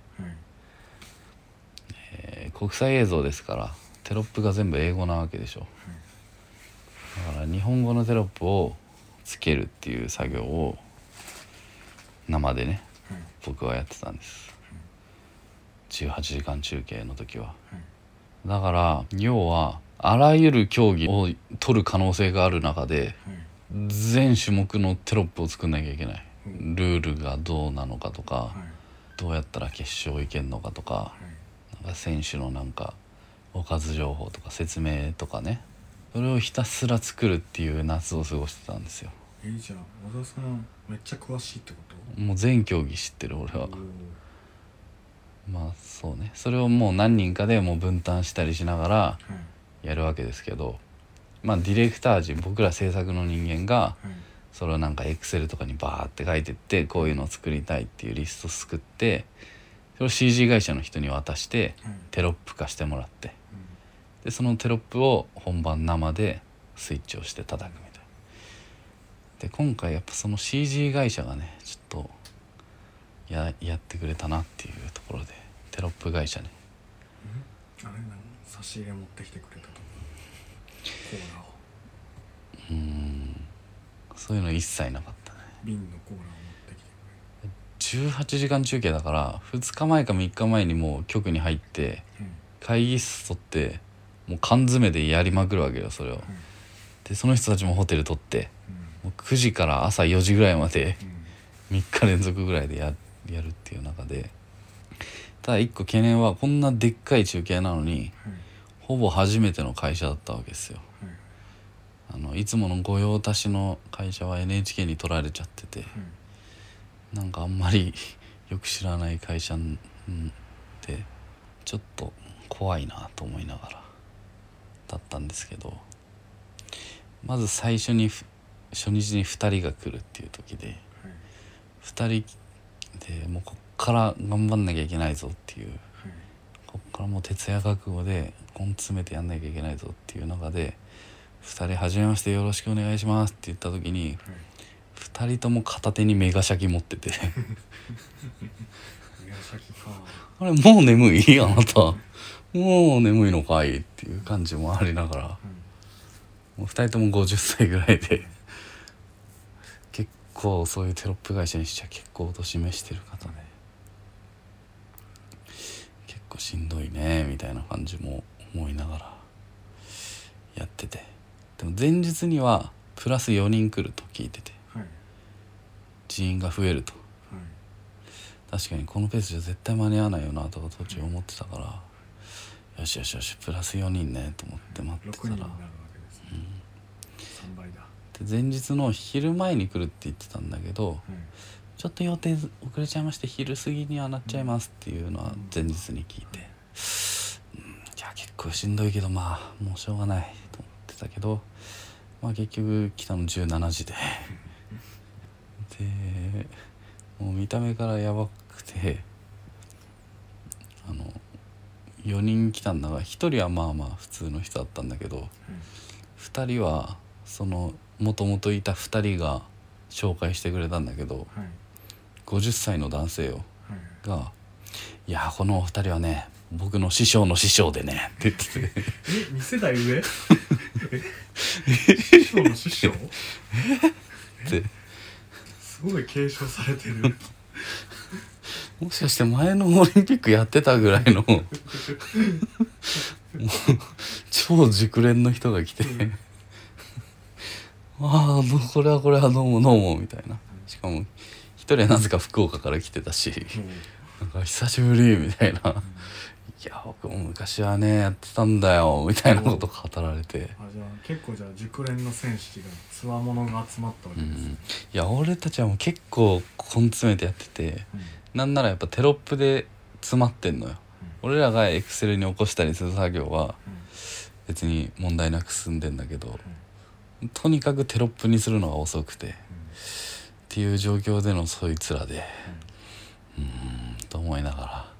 えー国際映像ですからテロップが全部英語なわけでしょだから日本語のテロップをつけるっていう作業を生でね
はい
僕はやってたんです18時間中継の時は
はい
だから要はあらゆる競技を取る可能性がある中で
はい
全種目のテロップを作んなきゃいけない
うん
ルールがどうなのかとか
はい
どうやったら決勝行けんのかとか
はい
なんか選手のなんかおかず情報とか説明とかねそれをひたすら作るっていう夏を過ごしてたんですよ
えじゃあ小田さんめっちゃ詳しいってこと
もう全競技知ってる俺は
おー
まあそうねそれをもう何人かでもう分担したりしながら
はい
やるわけですけどまあディレクター陣僕ら制作の人間が
はい
それをなんかエクセルとかにバーって書いてってこういうのを作りたいっていうリスト作ってそれを CG 会社の人に渡して
はい
テロップ化してもらって
うん
でそのテロップを本番生でスイッチをして叩くみたいなで今回やっぱその CG 会社がねちょっとややってくれたなっていうところでテロップ会社ね
あれなん差し入れ持ってきてくれたとコーラを
うーんそういうの一切なかったね
瓶のコーラを持ってきて
18時間中継だから2日前か3日前にもう局に入って
くれる
会議室取ってもう缶詰でやりまくるわけよそれをでその人たちもホテル取って
う
もう9時から朝4時ぐらいまで
んうんうん
3日連続ぐらいでややるっていう中でただ一個懸念はこんなでっかい中継なのに
はい
ほぼ初めての会社だったわけですよ
はい
あのいつもの御用達の会社は NHK に取られちゃってて
う
な
ん
んかあんまり よく知らない会社んうんでちょっと怖いなと思いながらだったんですけどまず最初にふ初日に2人が来るっていう時で
はい
2人でもうこっから頑張んなきゃいけないぞっていう
はい
こっからもう徹夜覚悟で根詰めてやんなきゃいけないぞっていう中で「2人はじめましてよろしくお願いします」って言った時に
はい
2人とも片手にメガシャキ持ってて
宮崎か
あれもう眠いあなたもう眠いのかいっていう感じもありながら
うん
もう2人とも50歳ぐらいで結構そういうテロップ会社にしちゃ結構お年めしてる方で結構しんどいねみたいな感じも思いながらやっててでも前日にはプラス4人来ると聞いてて
はいはい
人員が増えると確かにこのペースじゃ絶対間に合わないよなとか途中思ってたからよしよしよしプラス4人ねと思って待
6
って
人
た
にな
ら
るわけですね3倍だは
で前日の昼前に来るって言ってたんだけど
い
ちょっと予定ず遅れちゃいまして昼過ぎにはなっちゃいますっていうのは前日に聞いてうんじゃあ結構しんどいけどまあもうしょうがないと思ってたけどまあ結局来たの17時で でもう見た目からやばくてあの4人来たんだが1人はまあまあ普通の人だったんだけど
はい
2人はそのもともといた2人が紹介してくれたんだけど
はい
50歳の男性を
はい
が「いやこのお二人はね僕の師匠の師匠でね」って言ってて
え二世 代上師匠の師匠
って
すごい継承されてる
もしかして前のオリンピックやってたぐらいのもう超熟練の人が来て
うん
「ああどうこれはこれはどうもどうも」みたいなしかも一人はなぜか福岡から来てたしなんか久しぶりみたいな「いや僕も昔はねやってたんだよ」みたいなこと語られて。
あじゃあ結構じゃあ熟練の戦士がつわものが集まったわ
う
けです
ん
ね、
いや俺たちはもう結構根詰めてやっててなんならやっぱテロップで詰まってんのよ俺らがエクセルに起こしたりする作業は
うん
別に問題なく進んでんだけど
うん
とにかくテロップにするのが遅くてっ
うん
ていう状況でのそいつらでうーんと思いなが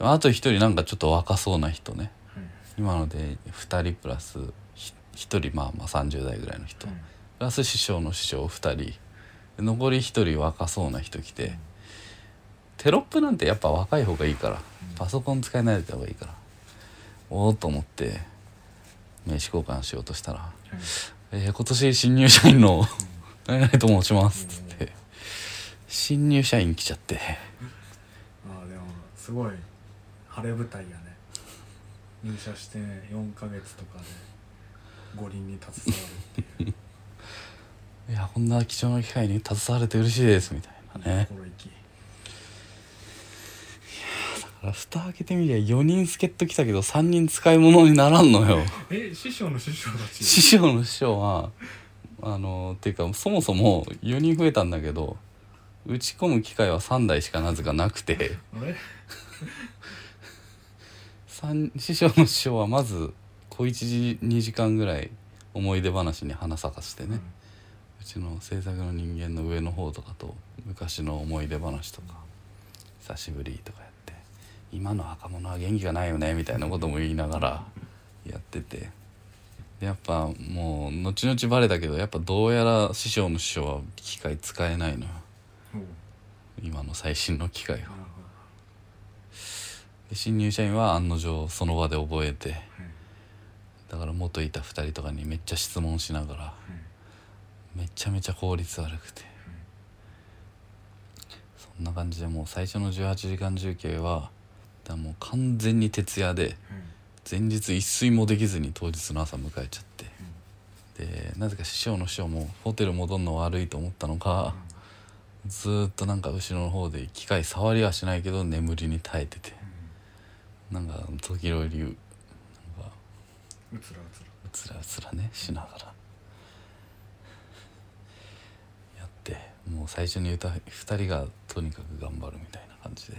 らあと一人なんかちょっと若そうな人ね
うんはい
今ので2人プラスひ一人まあまあ30代ぐらいの人、
うん
プラス師匠の師匠2人で残り1人若そうな人来て、テロップなんてやっぱ若い方がいいから、パソコン使い慣れた方がいいからおおと思って名刺交換しようとしたら
はい
「えー今年新入社員の 何々と申します」っつって新入社員来ちゃって
ああでもすごい晴れ舞台やね入社して4ヶ月とかで五輪に携わるっていう
「いやこんな貴重な機会に携われて嬉しいです」みたいなね
心意気
だから蓋開けてみりゃ4人助っ人来たけど3人使い物にならんのよ。
え師匠の師匠たち
師匠の師匠はあのっていうかそもそも4人増えたんだけど打ち込む機会は3台しかなぜかなくて
あれ
三師匠の師匠はまず小1時2時間ぐらい思い出話に花咲かしてね、うちの制作の人間の上の方とかと昔の思い出話とか久しぶりとかやって今の若者は元気がないよねみたいなことも言いながらやっててでやっぱもう後々バレたけどやっぱどうやら師匠の師匠は機械使えないのよ
うんうん
今の最新の機械を
なるほど
で新入社員は案の定その場で覚えて
はい
だから元いた2人とかにめっちゃ質問しながらめちゃめちゃ効率悪くてそんな感じでもう最初の18時間中継はだからもう完全に徹夜で
はい
前日一睡もできずに当日の朝迎えちゃってでなぜか師匠の師匠もホテル戻るの悪いと思ったのかずーっとなんか後ろの方で機械触りはしないけど眠りに耐えててなんか時折なんか
うんうつらうつら
うつらうつらねしながらやってもう最初に歌2人がとにかく頑張るみたいな感じで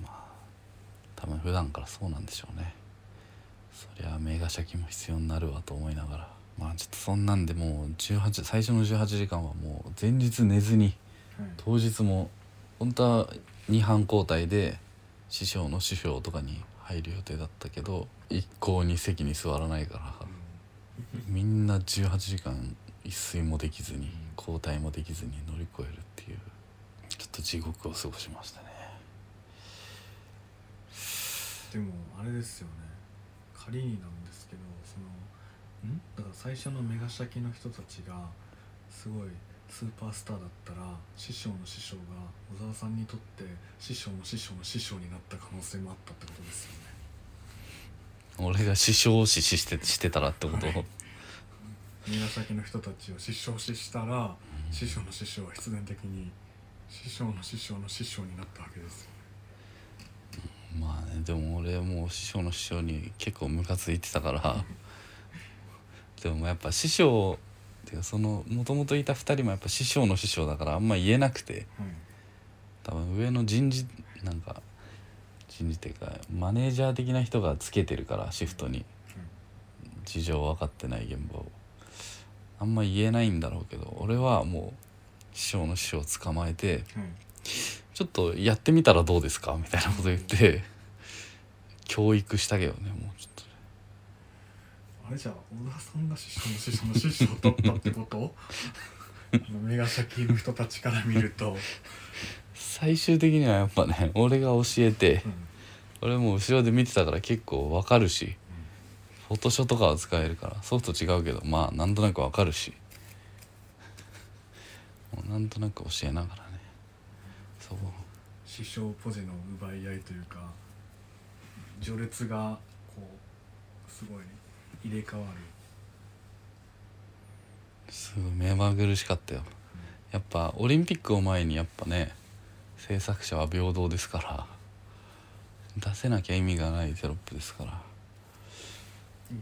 まあ多分普段からそうなんでしょうねそりゃ名画借金も必要になるわと思いながらまあちょっとそんなんでもう18最初の18時間はもう前日寝ずに
はい
当日も本当は2班交代で師匠の師匠とかに入る予定だったけど一向に席に座らないからみんな18時間一睡もできずに交代もできずに乗り越えるっていうちょっと地獄を過ごしましたね
でもあれですよね仮になんですけどそのんだから最初のメガシャキの人たちがすごいスーパースターだったら師匠の師匠が小沢さんにとって師匠の師匠の師匠になった可能性もあったってことですよね
俺が師匠を師視してしてたらってこと
メガシャキの人たちを師匠視したら師匠の師匠は必然的に師匠の師匠の師匠になったわけですよ
まあねでも俺もう師匠の師匠に結構ムカついてた からでもやっぱ師匠っていうかそのもともといた2人もやっぱ師匠の師匠だからあんま言えなくて
はい
多分上の人事なんか人事っていうかマネージャー的な人がつけてるからシフトに事情分かってない現場をあんま言えないんだろうけど俺はもう師匠の師匠を捕まえて
はいはい
ちょっとやってみたらどうですかみたいなこと言って教育したけどねもうちょっとね
あれじゃあ小田さんが師匠の師匠の師匠を取ったってことあのメガシャキの人たちから見ると、
最終的にはやっぱね俺が教えて
うん
俺もう後ろで見てたから結構わかるしフォトショーとかは使えるからソフト違うけどまあなんとなくわかるし もうなんとなく教えながらねそう
師匠ポジの奪い合いというか序列がこうすごい入れ替わる
すごい目まぐるしかったよやっぱオリンピックを前にやっぱね制作者は平等ですから出せなきゃ意味がないテロップですから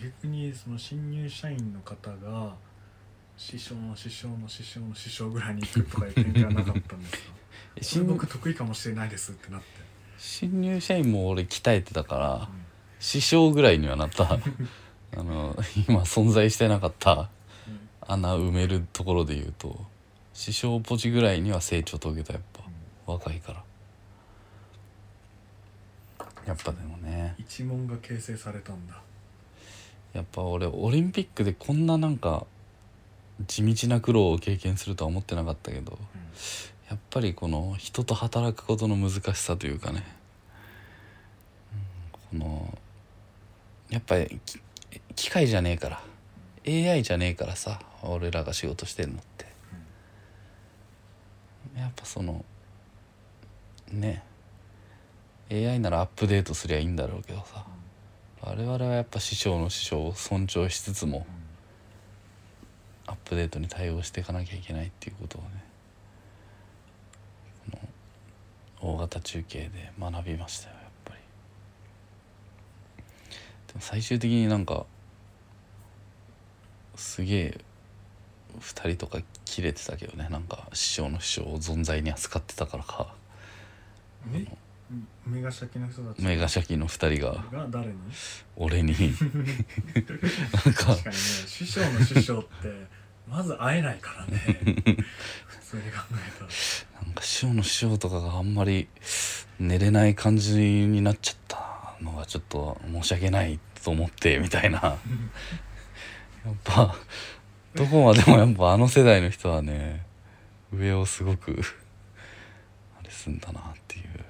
逆にその新入社員の方が師匠の師匠の師匠の師匠ぐらいに行くとかいう展開はなかったんですか
え
それ
新
僕得意かもしれないですってなって、
新入社員も俺鍛えてたから
うん
師匠ぐらいにはなった あの今存在してなかった
うん
穴埋めるところで言うと師匠ポチぐらいには成長遂げたやっぱ若いからやっぱでもね
一門が形成されたんだ
やっぱ俺オリンピックでこんななんか地道な苦労を経験するとは思ってなかったけどやっぱりこの人と働くことの難しさというかね、うんこのやっぱりき機械じゃねえから AI じゃねえからさ俺らが仕事してんのって、やっぱそのね AI ならアップデートすりゃいいんだろうけどさ我々はやっぱ師匠の師匠を尊重しつつもアップデートに対応していかなきゃいけないっていうことをねこの大型中継で学びましたよやっぱりでも最終的になんかすげえ2人とか切れてたけどねなんか師匠の師匠を存在に扱ってたからか
えメガシャキの人たち
メガシャキの2人が
が 誰に
俺になんか
確かにね師匠の師匠ってまず会えないから ね普通に考えたら
なんか師匠の師匠とかがあんまり寝れない感じになっちゃったのがちょっと申し訳ないと思ってみたいなやっぱ どこまでもやっぱあの世代の人はね上をすごくすんだなっていう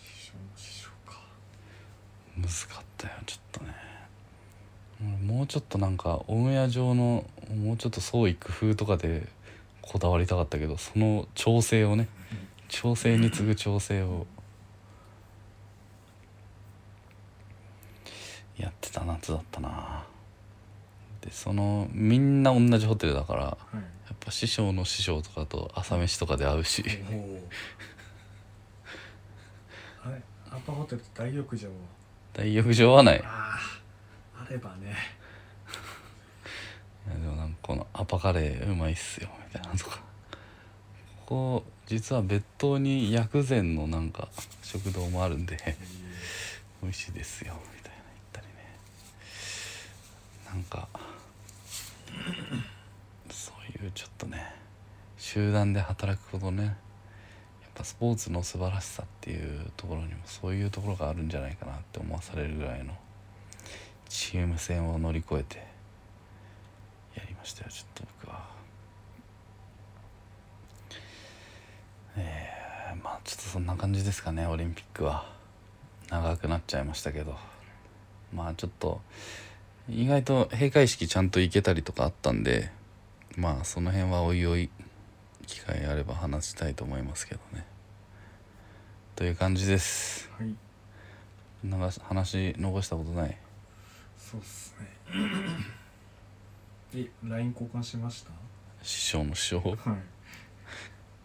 師匠師匠か
難かったよちょっとねうんもうちょっとなんかオンエア上のもうちょっと創意工夫とかでこだわりたかったけどその調整をね調整に次ぐ調整をやってた夏だったなでそのみんな同じホテルだからや
はい
っぱ師匠の師匠とかと朝飯とかで会うし
おお
あれアパホテルって大浴場
大浴場はないい
あああればね
やでもなんかこのアパカレーうまいっすよみたいなのとかここ実は別棟に薬膳のなんか食堂もあるんで美味しいですよみたいな言ったりねなんかそういうちょっとね集団で働くことねやっぱスポーツの素晴らしさっていうところにもそういうところがあるんじゃないかなって思わされるぐらいのチーム戦を乗り越えてやりましたよちょっと僕は。えーまあちょっとそんな感じですかねオリンピックは。長くなっちゃいましたけどまあちょっと意外と閉会式ちゃんと行けたりとかあったんでまあその辺はおいおい機会あれば話したいと思いますけどねという感じです
はい
長し話残したことない
そうっすね え LINE 交換しました
師匠の師匠
はい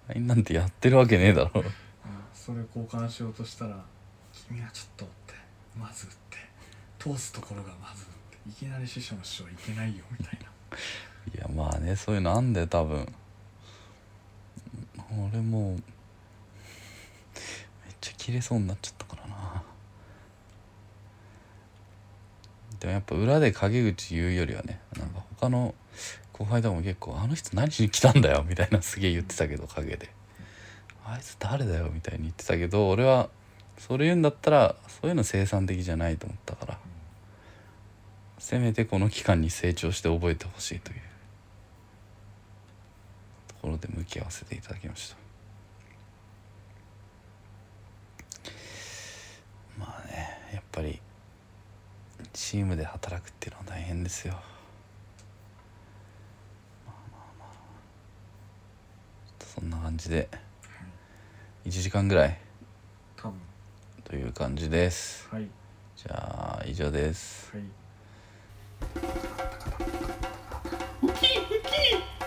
LINE なんてやってるわけねえだろ
あそれ交換しようとしたら「君はちょっと」ってまずって通すところがまずっていきなり師匠の師匠はいけないよみたいない
やまあねそういうのあんだよ多分俺もうめっちゃ切れそうになっちゃったからなでもやっぱ裏で陰口言うよりはねなんか他の後輩とかも結構「あの人何しに来たんだよ」みたいなすげえ言ってたけど陰で「あいつ誰だよ」みたいに言ってたけど俺はそれ言うんだったらそういうの生産的じゃないと思ったからせめてこの期間に成長して覚えてほしいというところで向き合わせていただきましたまあねやっぱりチームで働くっていうのは大変ですよまあまあまあちょっとそんな感じで1時間ぐらい
多分
という感じです
はい
じゃあ以上です
はい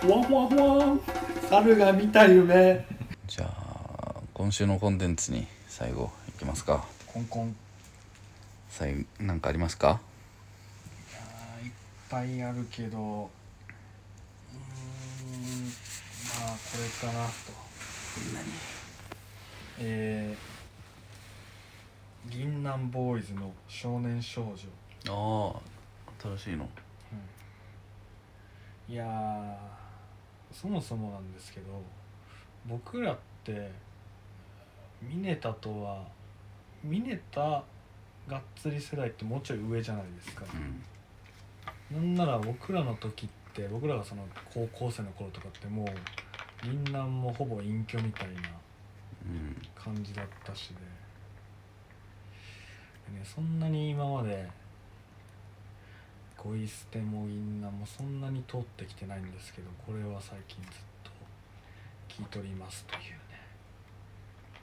わんわんわん猿が見た夢
じゃあ今週のコンテンツに最後いきますか
コンコン
最なんかありますか
あーいっぱいあるけどうーんまあこれかなとえー、銀杏ボーイズの少年少
あ
女、
あ新しいの
いやーそもそもなんですけど僕らってミネタとはミネタがっつり世代ってもうちょい上じゃないですか、
うん
なんなら僕らの時って僕らがその高校生の頃とかってもう銀杏もほぼ隠居みたいな
うん
感じだったしで、でね、そんなに今まで恋捨ても銀杏もそんなに通ってきてないんですけどこれは最近ずっと聞いとりますというね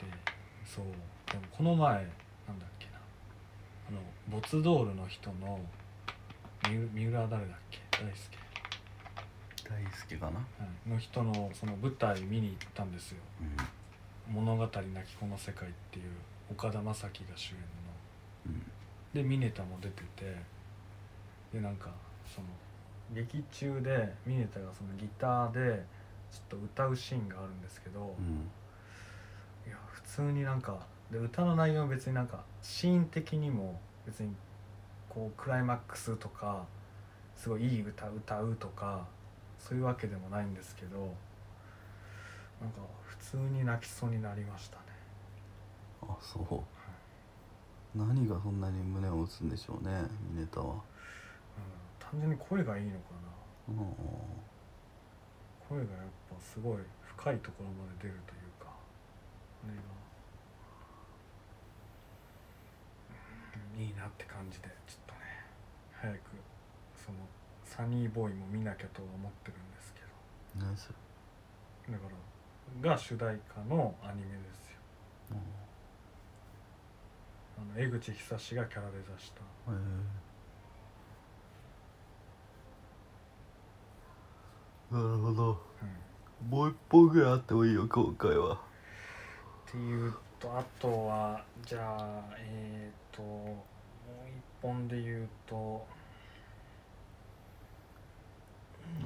でそうでもこの前なんだっけなあの没ドールの人の三浦三浦誰だっけ大輔
大好きかな
うんの人のその舞台見に行ったんですよ
うん
物語なきこの世界っていう岡田将生が主演の
うん
でミネタも出ててでなんかその劇中でミネタがそのギターでちょっと歌うシーンがあるんですけど、
うん
いや普通になんかで歌の内容は別になんかシーン的にも別にこうクライマックスとかすごいいい歌歌うとかそういうわけでもないんですけどなんか普通に泣きそうになりましたね
あそう何がそんなに胸を打つんでしょうねミネタは
うん単純に声がいいのかな
うん
声がやっぱすごい深いところまで出るというかれがうんいいなって感じでちょっとね早くそのサニーボーイも見なきゃとは思ってるんですけ
何それ
どだからが主題歌のアニメですよあの江口久志がキャラデザした
うんへえなるほど
うん
もう一本ぐらいあってもいいよ今回は
っていうとあとはじゃあえっ、ともう一本で言うと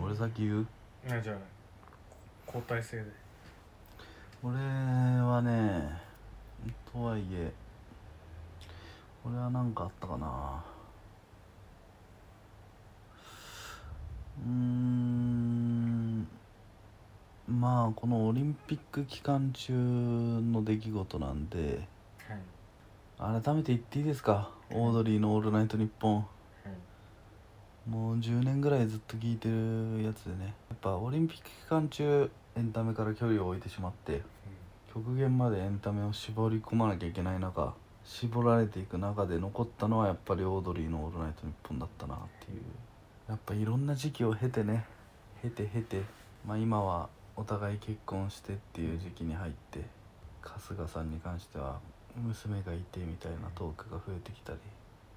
俺先言う
あじゃあ交代制で
俺はねとはいえ俺は何かあったかなうーんまあこのオリンピック期間中の出来事なんで
はい
改めて言っていいですかオードリーの「オールナイトニッポン
はい」
もう10年ぐらいずっと聞いてるやつでねやっぱオリンピック期間中エンタメから距離を置いてしまって極限までエンタメを絞り込まなきゃいけない中絞られていく中で残ったのはやっぱりオードリーの「オールナイトニッポン」だったなっていうやっぱいろんな時期を経てね経て経てまあ今はお互い結婚してっていう時期に入って春日さんに関しては娘がいてみたいなトークが増えてきたり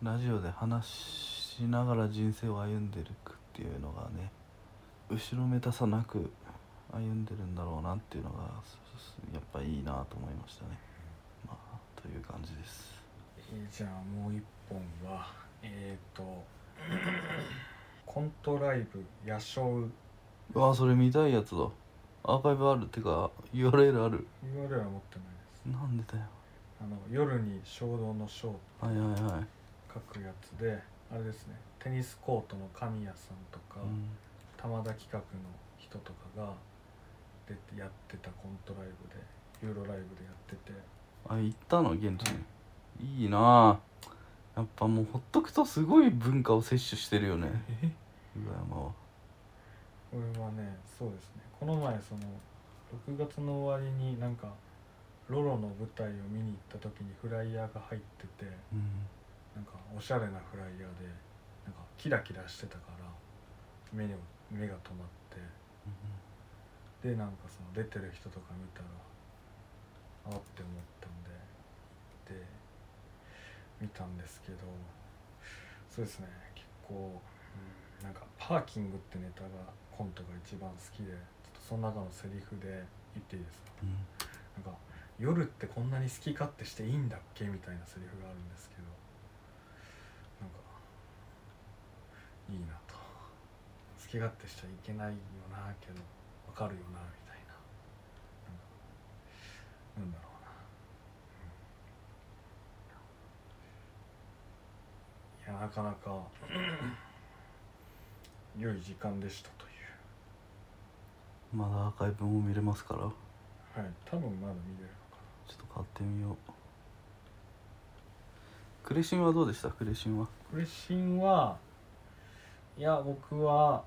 ラジオで話しながら人生を歩んでるっていうのがね後ろめたさなく歩んでるんだろうなっていうのがすすやっぱいいなと思いましたねまあという感じです
えーじゃあもう一本はえっ、と コントライブ「夜唱
うわそれ見たいやつだアーカイブあるってか URL ある」
URL は持ってないです
なんでだよ
あの夜に衝動の衝
はいはいはい、
書くやつであれですねテニスコートの神谷さんとか、
うん、
玉田企画の人とかが出てやってたコントライブでユーロライブでやってて
あ行ったの現地にいいなあやっぱもうほっとくとすごい文化を摂取してるよね岩山は
これはねそうですねこの前その6月の終わりになんかロロの舞台を見に行った時にフライヤーが入ってて
うん
なんかおしゃれなフライヤーでなんかキラキラしてたから目にも目が止まってでなんかその出てる人とか見たらあーって思ったんでで見たんですけどそうですね結構、うんなんか「パーキング」ってネタがコントが一番好きでちょっとその中のセリフで言っていいですか
うん
なんか夜ってこんなに好き勝手していいんだっけみたいなセリフがあるんですけどなんかいいなと好き勝手しちゃいけないよなけどわかるよなみたいななんかなんだろうな、うんいやなかなか 良い時間でしたとい
うん
う
まだアーカイブも見れますからちょ
はい多分まだ見れるのかな
っと買ってみようクレシンはどうでしたクレシンは
クレシンはいや僕は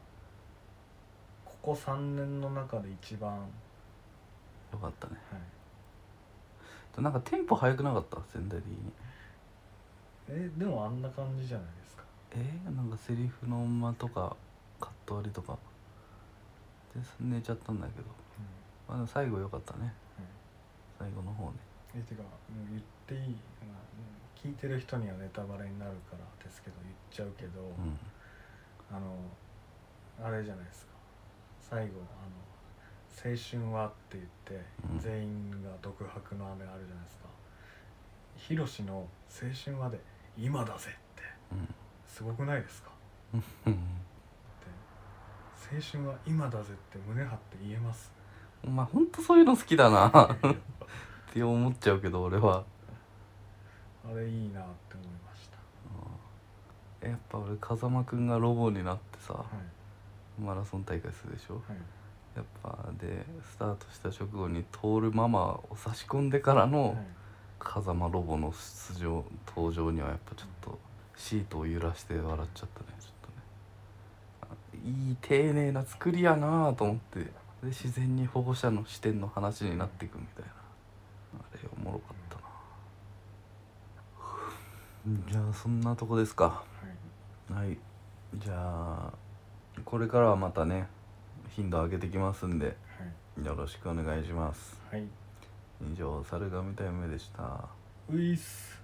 ここ3年の中で一番、は
よかったね
い、
なんかテンポ速くなかった全体的に
えでもあんな感じじゃないですか
えー、なんかセリフの間とかカット割りとかで寝ちゃったんだけど、
う
まあ、でも最後良かったね
ん、
最後の方ね
えてかもう言っていい、まあ、聞いてる人にはネタバレになるからですけど言っちゃうけど、
うん
あのあれじゃないですか最後あの「青春は」って言って、
うん
全員が独白の雨あるじゃないですかヒロシの「青春は」で「今だぜ」ってすごくないですか
うん
って青春は今だぜって胸張って言えます
お前ほんとそういうの好きだなって思っちゃうけど俺は
あれいいなって思いました
やっぱ俺風間くんがロボになってさ
はい
マラソン大会するでしょ
はい
やっぱでスタートした直後に通るママを差し込んでからの、
はい
風間ロボの出場登場にはやっぱちょっとシートを揺らして笑っちゃったねちょっとねあいい丁寧な作りやなぁと思ってで自然に保護者の視点の話になっていくみたいなあじゃあそんな とこですか
はい
はいじゃあこれからはまたね頻度上げてきますんでよろしくお願いします
はいはい
以上猿神タイムでした
ういっす